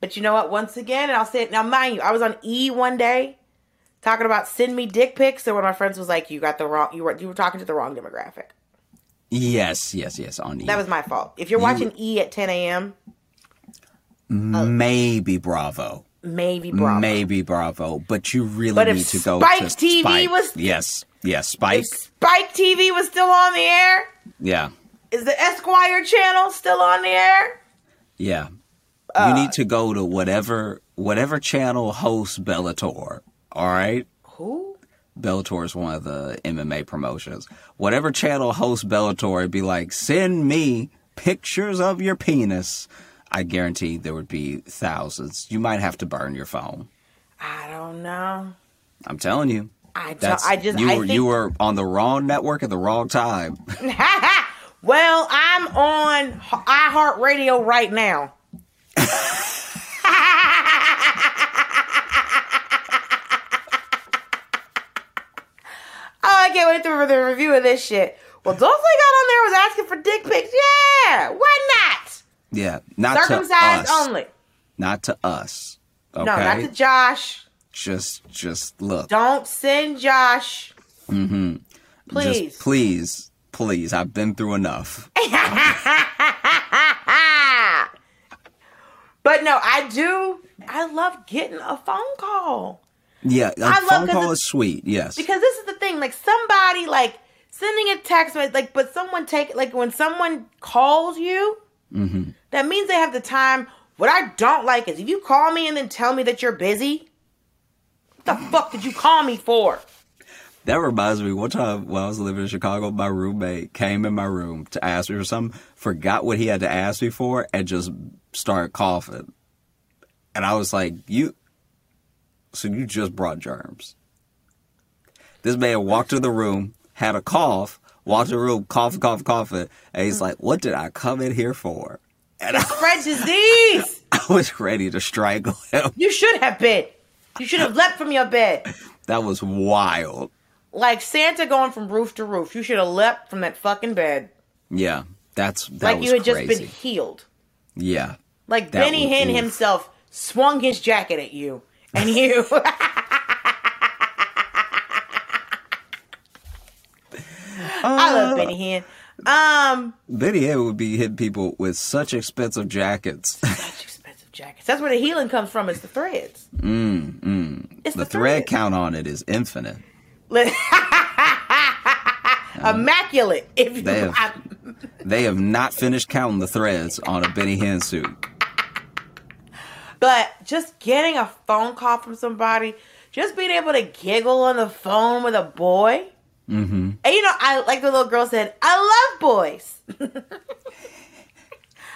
Speaker 3: but you know what? Once again, and I'll say it now. Mind you, I was on E one day talking about send me dick pics, and one of my friends was like, you got the wrong. You were you were talking to the wrong demographic.
Speaker 4: Yes, yes, yes. On E.
Speaker 3: That was my fault. If you're watching E at 10 a.m.,
Speaker 4: maybe Bravo.
Speaker 3: maybe uh, Bravo.
Speaker 4: Maybe Bravo, but you really
Speaker 3: But if
Speaker 4: need to go
Speaker 3: Spike
Speaker 4: to
Speaker 3: TV
Speaker 4: Spike.
Speaker 3: was-
Speaker 4: yes, yes, Spike.
Speaker 3: If Spike TV was still on the air,
Speaker 4: yeah,
Speaker 3: is the Esquire channel still on the air?
Speaker 4: yeah.
Speaker 3: Uh,
Speaker 4: you need to go to whatever whatever channel hosts Bellator. All right,
Speaker 3: Who?
Speaker 4: Bellator is one of the MMA promotions. Whatever channel hosts Bellator, it'd be like send me pictures of your penis. I guarantee there would be thousands. You might have to burn your phone.
Speaker 3: I don't know.
Speaker 4: I'm telling you.
Speaker 3: I don't.
Speaker 4: That's,
Speaker 3: I just.
Speaker 4: you
Speaker 3: I
Speaker 4: were
Speaker 3: think,
Speaker 4: you were on the wrong network at the wrong time. [LAUGHS]
Speaker 3: well, I'm on iHeartRadio right now. [LAUGHS] Oh, I can't wait for the review of this shit. Well, Dolce got on there was asking for dick pics. Yeah, why
Speaker 4: Yeah,
Speaker 3: not?
Speaker 4: not to us.
Speaker 3: Circumcised only.
Speaker 4: Not to us. Okay.
Speaker 3: No, not to Josh.
Speaker 4: just just look.
Speaker 3: Don't send Josh. Mm-hmm. Please.
Speaker 4: Just please, please. I've been through enough.
Speaker 3: but no, I do. I love getting a phone call
Speaker 4: Yeah, a
Speaker 3: I love
Speaker 4: phone
Speaker 3: 'cause
Speaker 4: call
Speaker 3: it's-
Speaker 4: is sweet. Yes.
Speaker 3: because this is the thing. Like somebody like sending a text message, like but someone take like when someone calls you,
Speaker 4: Mm-hmm.
Speaker 3: that means they have the time. What I don't like is if you call me and then tell me that you're busy. What the fuck did you call me for?
Speaker 4: That reminds me, one time when I was living in Chicago, my roommate came in my room to ask me for something, forgot what he had to ask me for, and just started coughing. And I was like, You, so you just brought germs. This man walked in the room, had a cough, walked in the room, coughing, coughing, coughing, and he's like, What did I come in here for? [LAUGHS] And I,
Speaker 3: Spread disease.
Speaker 4: I was ready to strangle him.
Speaker 3: You should have been. You should have leapt from your bed.
Speaker 4: That was wild.
Speaker 3: Like Santa going from roof to roof. You should have leapt from that fucking bed.
Speaker 4: Yeah, that's that
Speaker 3: like
Speaker 4: was
Speaker 3: you had
Speaker 4: crazy.
Speaker 3: just been healed.
Speaker 4: yeah.
Speaker 3: Like
Speaker 4: That
Speaker 3: Benny
Speaker 4: was-
Speaker 3: Hinn
Speaker 4: oof.
Speaker 3: himself swung his jacket at you. And you [LAUGHS] I love Benny
Speaker 4: Uh,
Speaker 3: Hinn. Um
Speaker 4: Benny Hinn would be hitting people with such expensive jackets.
Speaker 3: expensive jackets. That's where the healing comes from, it's the threads. Mm, mm. It's
Speaker 4: the
Speaker 3: the, [LAUGHS]
Speaker 4: thread
Speaker 3: threads.
Speaker 4: count on it is infinite.
Speaker 3: Immaculate. If you
Speaker 4: They have-
Speaker 3: I-
Speaker 4: They have not finished counting the threads on a Benny Hinn suit.
Speaker 3: But just getting a phone call from somebody, just being able to giggle on the phone with a boy. Mm-hmm. And you know, I like the little girl said, I love boys. [LAUGHS]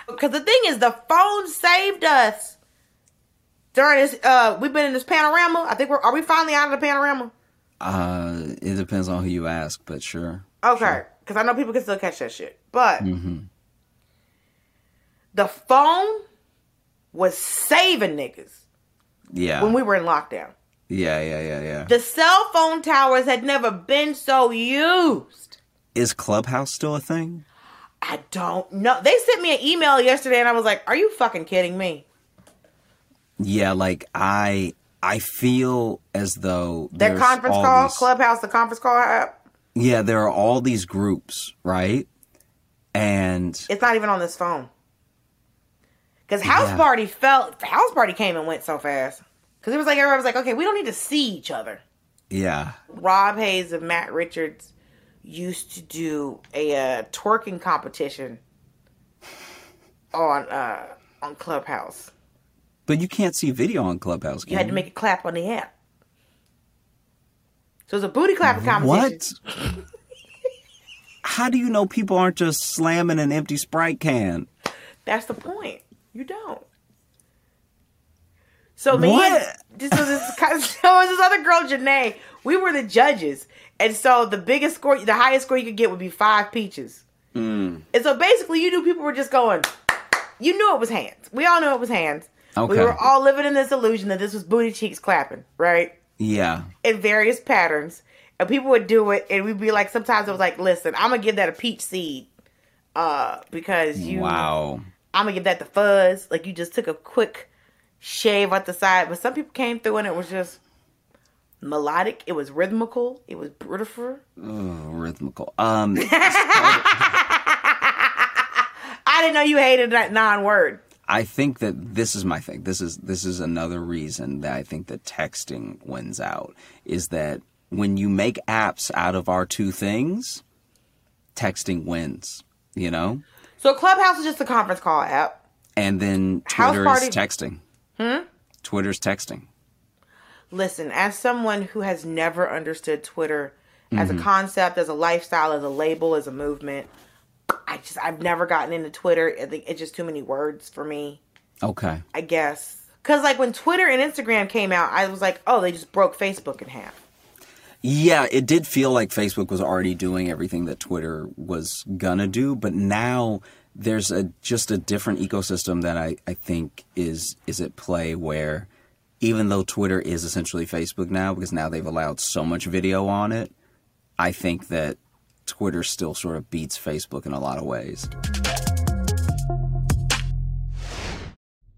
Speaker 3: Because the thing is, the phone saved us during this. Uh, we've been in this panorama. I think we're are we finally out of the panorama?
Speaker 4: Uh, it depends on who you ask, but sure.
Speaker 3: Okay, because I know people can still catch that shit. But the phone was saving niggas
Speaker 4: Yeah.
Speaker 3: when we were in lockdown.
Speaker 4: yeah, yeah, yeah, yeah.
Speaker 3: The cell phone towers had never been so used.
Speaker 4: is Clubhouse still a thing?
Speaker 3: I don't know. They sent me an email yesterday and I was like, are you fucking kidding me?
Speaker 4: Yeah, like I I feel as though
Speaker 3: Their
Speaker 4: there's
Speaker 3: conference
Speaker 4: all
Speaker 3: call,
Speaker 4: these-
Speaker 3: Clubhouse, the conference call app.
Speaker 4: Yeah, there are all these groups, right? And
Speaker 3: It's not even on this phone. Because House
Speaker 4: Yeah.
Speaker 3: Party felt, House Party came and went so fast. Because it was like, everybody was like, okay, we don't need to see each other.
Speaker 4: yeah,
Speaker 3: Rob Hayes and Matt Richards used to do a uh, twerking competition on uh, on Clubhouse.
Speaker 4: but you can't see video on Clubhouse.
Speaker 3: You
Speaker 4: Can
Speaker 3: had
Speaker 4: you?
Speaker 3: to make a clap on the app. So it's a booty clapping competition.
Speaker 4: What? How do you know people aren't just slamming an empty Sprite can?
Speaker 3: That's the point. You don't. So me,
Speaker 4: What?
Speaker 3: And, this was this, [LAUGHS] so was this other girl, Janae. We were the judges, and so the biggest score, the highest score you could get would be five peaches.
Speaker 4: Mm.
Speaker 3: And so basically, you knew people were just going. You knew it was hands. We all knew it was hands. We
Speaker 4: Okay.
Speaker 3: were all living in this illusion that this was booty cheeks clapping, right?
Speaker 4: Yeah.
Speaker 3: in various patterns, and people would do it, and we'd be like, sometimes it was like, listen, I'm gonna give that a peach seed, uh, because you,
Speaker 4: Wow.
Speaker 3: I'm gonna give that the fuzz, like you just took a quick shave out the side, but some people came through and it was just melodic, it was rhythmical, it was beautiful.
Speaker 4: Rhythmical.
Speaker 3: [LAUGHS]
Speaker 4: Um,
Speaker 3: I didn't know you hated that non-word.
Speaker 4: I think that this is my thing. This is this is another reason that I think that texting wins out is that when you make apps out of our two things, texting wins. You know,
Speaker 3: So Clubhouse is just a conference call app.
Speaker 4: and then
Speaker 3: House
Speaker 4: Twitter
Speaker 3: party-
Speaker 4: is texting. Hmm. Twitter's texting.
Speaker 3: Listen, as someone who has never understood Twitter as a concept, as a lifestyle, as a label, as a movement, I just I've never gotten into Twitter. I think it's just too many words for me,
Speaker 4: Okay.
Speaker 3: I guess. Cause like when Twitter and Instagram came out, I was like, oh, they just broke Facebook in half.
Speaker 4: Yeah, it did feel like Facebook was already doing everything that Twitter was gonna do, but now there's a just a different ecosystem that I, I think is is at play where even though Twitter is essentially Facebook now because now they've allowed so much video on it, I think that Twitter still sort of beats Facebook in a lot of ways.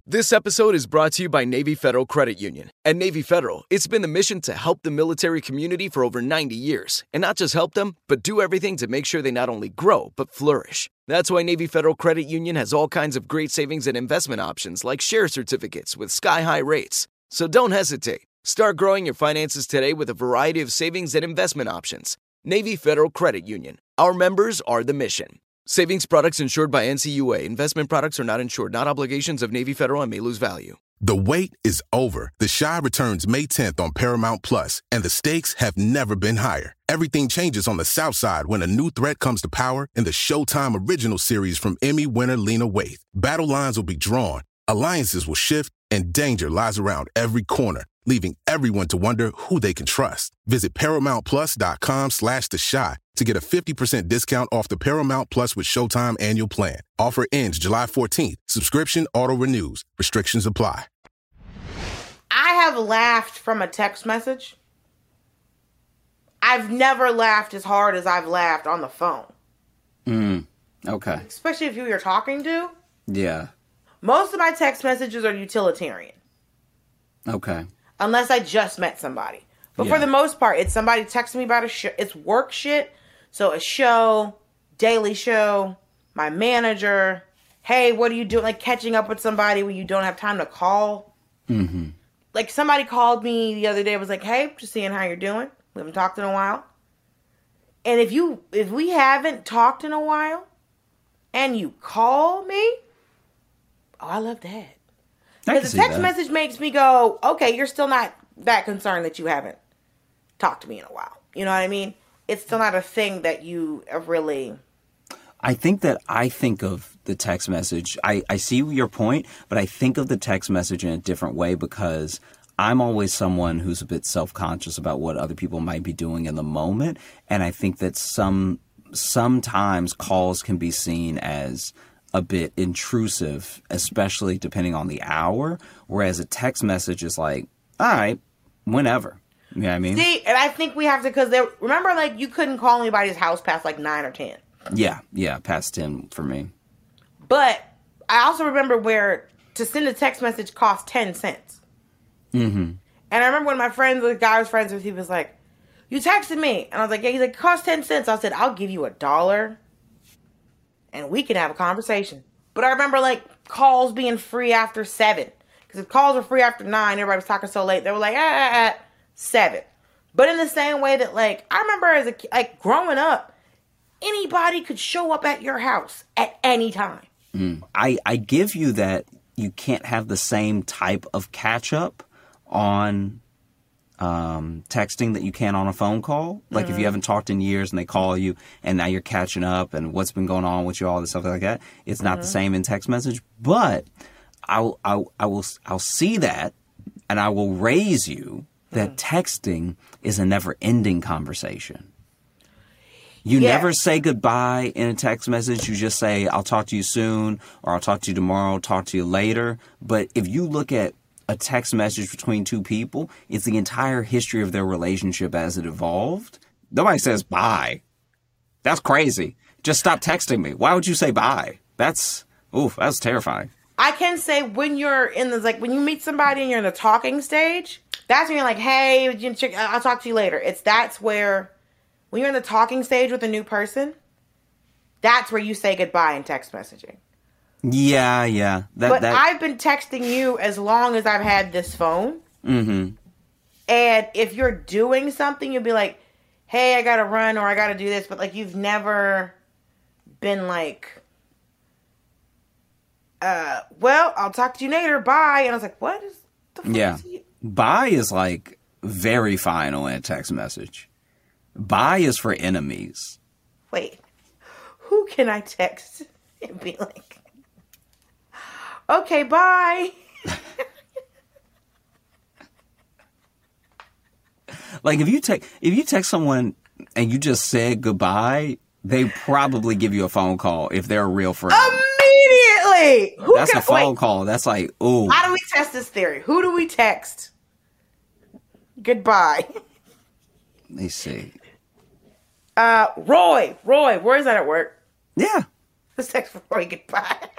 Speaker 1: This episode is brought to you by Navy Federal Credit Union. At Navy Federal, it's been the mission to help the military community for over 90 years, and not just help them, but do everything to make sure they not only grow, but flourish. That's why Navy Federal Credit Union has all kinds of great savings and investment options like share certificates with sky high rates. So don't hesitate. Start growing your finances today with a variety of savings and investment options. Navy Federal Credit Union. Our members are the mission. Savings products insured by NCUA. Investment products are not insured, not obligations of Navy Federal and may lose value.
Speaker 5: The wait is over. The Shy returns May 10th on Paramount Plus, and the stakes have never been higher. Everything changes on the South Side when a new threat comes to power in the Showtime original series from Emmy winner Lena Waithe. Battle lines will be drawn, alliances will shift, and danger lies around every corner, leaving everyone to wonder who they can trust. Visit ParamountPlus.com slash The Shot to get a 50% discount off the Paramount Plus with Showtime annual plan. Offer ends July 14th. Subscription auto-renews. Restrictions apply.
Speaker 3: I have laughed from a text message. I've never laughed as hard as I've laughed on the phone,
Speaker 4: Mm, Okay.
Speaker 3: especially if who you're talking to.
Speaker 4: Yeah.
Speaker 3: Most of my text messages are utilitarian.
Speaker 4: Okay.
Speaker 3: unless I just met somebody. But
Speaker 4: Yeah.
Speaker 3: for the most part, it's somebody texting me about a show. It's work shit. So a show, daily show, my manager. Hey, what are you doing? Like catching up with somebody when you don't have time to call. Mm-hmm. Like somebody called me the other day. Was like, hey, just seeing how you're doing. We haven't talked in a while. And if you if we haven't talked in a while, and you call me, oh, I love that.
Speaker 4: I can
Speaker 3: Because
Speaker 4: see
Speaker 3: the text
Speaker 4: that.
Speaker 3: message makes me go, okay, you're still not that concerned that you haven't talked to me in a while. You know what I mean? It's still not a thing that you have really.
Speaker 4: I think that I think of the text message. I, I see your point, but I think of the text message in a different way because I'm always someone who's a bit self conscious about what other people might be doing in the moment. And I think that some sometimes calls can be seen as a bit intrusive, especially depending on the hour. Whereas a text message is like, all right, whenever. You know what I mean?
Speaker 3: See, and I think we have to because they remember like you couldn't call anybody's house past like nine or ten.
Speaker 4: Yeah, yeah, past 10 for me.
Speaker 3: But I also remember where to send a text message cost ten cents. Mm-hmm. And I remember one of my friends, the guy I was friends with, he was like, "You texted me," and I was like, "Yeah." He's like, "It "Cost ten cents." I said, "I'll give you a dollar, and we can have a conversation." But I remember like calls being free after seven because if calls were free after nine, everybody was talking so late. They were like, "Ah, ah, ah," seven. But in the same way that like I remember as a ki- like growing up, anybody could show up at your house at any time.
Speaker 4: I, I give you that you can't have the same type of catch up on um, texting that you can on a phone call. Like if you haven't talked in years and they call you and now you're catching up and what's been going on with you, all this stuff like that. It's not the same in text message, but I'll, I'll, I will, I'll see that And I will raise you that texting is a never ending conversation. You
Speaker 3: Yeah.
Speaker 4: never say goodbye in a text message. You just say, I'll talk to you soon, or I'll talk to you tomorrow, talk to you later. But if you look at a text message between two people, it's the entire history of their relationship as it evolved. Nobody says bye. That's crazy. Just stop texting me. Why would you say bye? That's, oof, that's terrifying.
Speaker 3: I can say when you're in the like when you meet somebody and you're in the talking stage, that's when you're like, "Hey, you check- I- I'll talk to you later." It's that's where when you're in the talking stage with a new person, that's where you say goodbye in text messaging.
Speaker 4: Yeah, yeah. That,
Speaker 3: But
Speaker 4: that,
Speaker 3: I've been texting you as long as I've had this phone. Mm-hmm. And if you're doing something, you'll be like, "Hey, I gotta run" or "I gotta do this," but like you've never been like, "Uh, well, I'll talk to you later. Bye." And I was like, "What is the fuck
Speaker 4: Yeah.
Speaker 3: is he-
Speaker 4: Bye is like very final in a text message. Bye is for enemies.
Speaker 3: Wait, who can I text [LAUGHS] and be like, okay, bye."
Speaker 4: Like if you text if you text someone and you just said goodbye, they probably give you a phone call if they're a real friend.
Speaker 3: Immediately, Um, who
Speaker 4: That's
Speaker 3: can
Speaker 4: a phone
Speaker 3: wait,
Speaker 4: call. That's like, ooh,
Speaker 3: How do we test this theory? Who do we text? Goodbye. [LAUGHS]
Speaker 4: let me see.
Speaker 3: Uh, Roy, Roy, where is that at work? [LAUGHS]
Speaker 4: Yeah.
Speaker 3: Let's text Roy goodbye. [LAUGHS]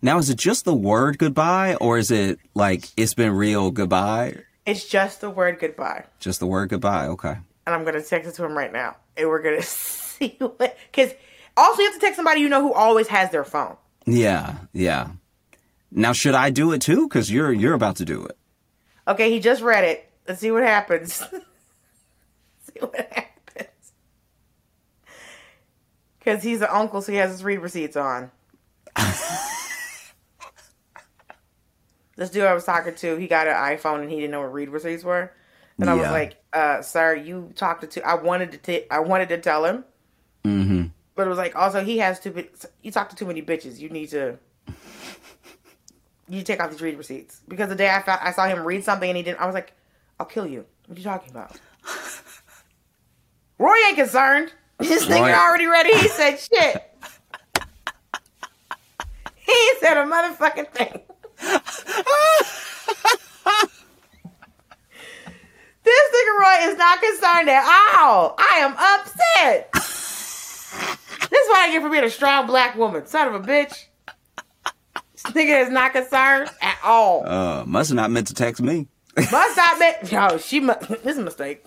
Speaker 4: Now is it just the word goodbye or is it like it's been real goodbye?
Speaker 3: It's just the word goodbye,
Speaker 4: Just the word goodbye. Okay.
Speaker 3: and I'm gonna text it to him right now, and we're gonna [LAUGHS] see what. Because also you have to text somebody you know who always has their phone.
Speaker 4: Yeah. Yeah. Now should I do it too cuz you're you're about to do it.
Speaker 3: Okay, he just read it. Let's see what happens. [LAUGHS] see what happens. Because he's an uncle, so he has his read receipts on. this dude I was talking to, he got an iPhone and he didn't know what read receipts were. And I was
Speaker 4: Yeah.
Speaker 3: like, uh, "Sir, you talked to." two- I wanted to. T- I wanted to tell him, but it was like, also he has too. bi- You talk to too many bitches. You need to you take off these read receipts because the day I found, I saw him read something and he didn't. I was like, "I'll kill you." What are you talking about? Roy ain't concerned. This
Speaker 4: Roy-
Speaker 3: nigga already ready. He said shit. he said a motherfucking thing. this nigga Roy is not concerned at all. I am upset. this is what I get for being a strong black woman, son of a bitch. This nigga is not concerned at all.
Speaker 4: Uh, must have not meant to text me.
Speaker 3: Must not met. No, she must. [LAUGHS] This is a mistake.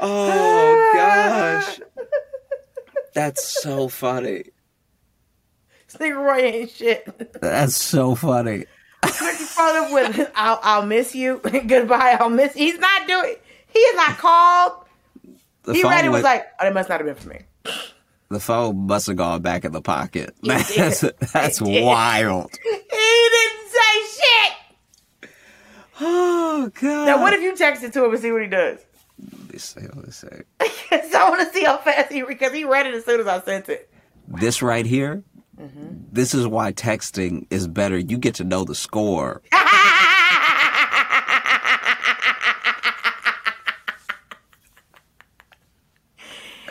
Speaker 4: Oh gosh. [LAUGHS] That's so funny.
Speaker 3: This nigga Roy ain't shit.
Speaker 4: That's so funny.
Speaker 3: Like you follow up with, I'll, I'll miss you. [LAUGHS] Goodbye, I'll miss. He's not doing. He is not called.
Speaker 4: The
Speaker 3: he read it was
Speaker 4: went-
Speaker 3: like, oh, that must not have been for me.
Speaker 4: the phone must have gone back in the pocket. [LAUGHS] That's
Speaker 3: did.
Speaker 4: that's
Speaker 3: It did. [LAUGHS]
Speaker 4: wild.
Speaker 3: He didn't say shit.
Speaker 4: Oh god.
Speaker 3: Now, what if you text it to him and see what he does? [LAUGHS]
Speaker 4: Let me see, let me see.
Speaker 3: Because I want to see how fast he because he read it as soon as I sent it.
Speaker 4: This right here.
Speaker 3: Mm-hmm.
Speaker 4: This is why texting is better. You get to know the score.
Speaker 3: Ah.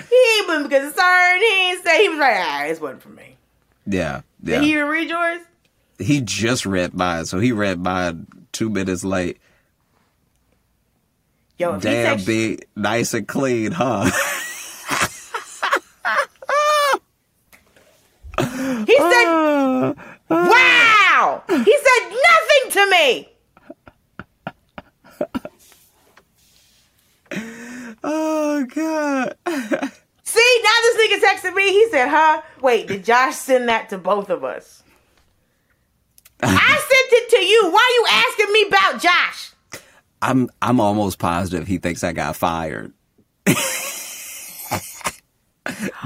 Speaker 3: He wasn't concerned. He didn't say he was like, ah, this wasn't for me.
Speaker 4: Yeah.
Speaker 3: Did he
Speaker 4: Yeah.
Speaker 3: even read yours?
Speaker 4: He, just read mine, so he read mine two minutes late.
Speaker 3: Yo, if he
Speaker 4: Damn
Speaker 3: text-
Speaker 4: big, nice and clean, huh? [LAUGHS]
Speaker 3: He said, "Wow!" He said nothing to me.
Speaker 4: oh god.
Speaker 3: See, now this nigga texted me. He said, "Huh? Wait, did Josh send that to both of us?" I sent it to you. Why you asking me about Josh?
Speaker 4: I'm I'm almost positive he thinks I got fired. [LAUGHS]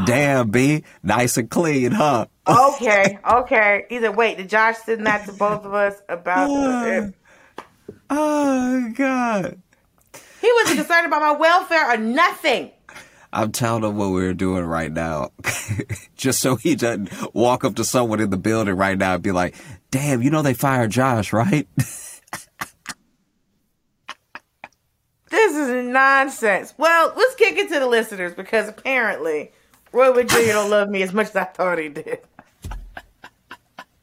Speaker 4: Damn, B, nice and clean, huh?
Speaker 3: Okay, okay. He said, "Wait, did Josh send that to both of us about?"
Speaker 4: Oh God, Oh,
Speaker 3: He wasn't concerned about my welfare or nothing.
Speaker 4: I'm telling him what we're doing right now, [LAUGHS] just so he doesn't walk up to someone in the building right now and be like, "Damn, you know they fired Josh, right?"
Speaker 3: This is nonsense. Well, let's kick it to the listeners because apparently Roy Wood Jr. don't love me as much as I thought he did.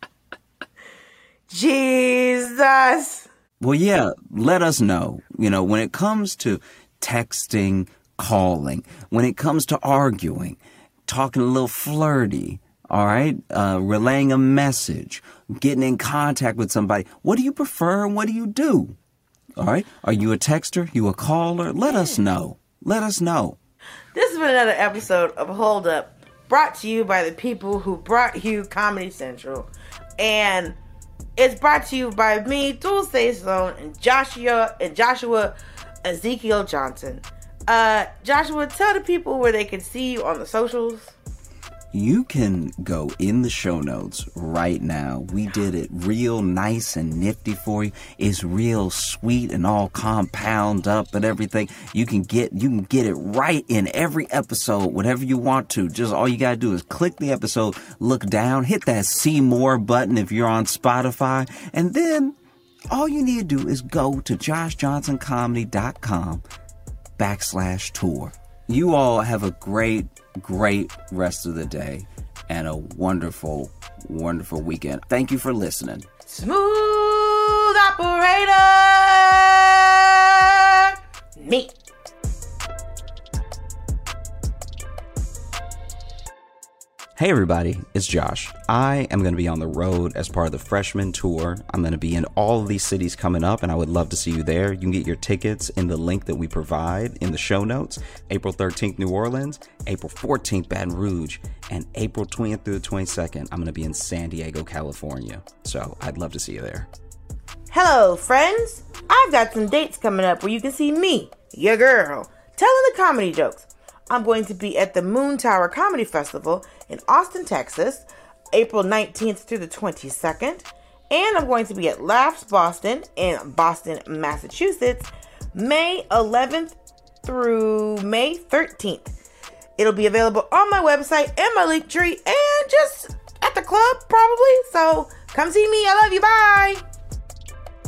Speaker 3: [LAUGHS] Jesus.
Speaker 4: Well, yeah, let us know. You know, when it comes to texting, calling, when it comes to arguing, talking a little flirty, all right, uh, relaying a message, getting in contact with somebody, what do you prefer and what do you do? All right, are you a texter? You a caller? Let us know. Let us know.
Speaker 3: This has been another episode of Hold Up, brought to you by the people who brought you Comedy Central. And it's brought to you by me, Dulce Sloan, and Joshua and Joshua Ezekiel Johnson. Uh, Joshua, tell the people where they can see you on the socials.
Speaker 4: You can go in the show notes right now. We did it real nice and nifty for you. It's real sweet and all compound up and everything. You can get you can get it right in every episode, whatever you want to. Just all you gotta do is click the episode, look down, hit that see more button if you're on Spotify, and then all you need to do is go to joshjohnsoncomedy.com backslash tour. You all have a great, great rest of the day and a wonderful, wonderful weekend. Thank you for listening.
Speaker 3: Smooth operator. Me.
Speaker 4: Hey, everybody, it's Josh. I am going to be on the road as part of the freshman tour. I'm going to be in all of these cities coming up, and I would love to see you there. You can get your tickets in the link that we provide in the show notes April 13th, New Orleans, April 14th, Baton Rouge, and April 20th through the 22nd. I'm going to be in San Diego, California. So I'd love to see you there.
Speaker 3: Hello, friends. I've got some dates coming up where you can see me, your girl, telling the comedy jokes. I'm going to be at the Moon Tower Comedy Festival in Austin, Texas, April 19th through the 22nd. And I'm going to be at Laughs Boston in Boston, Massachusetts, May 11th through May 13th. It'll be available on my website and my link tree and just at the club, probably. So come see me. I love you. Bye.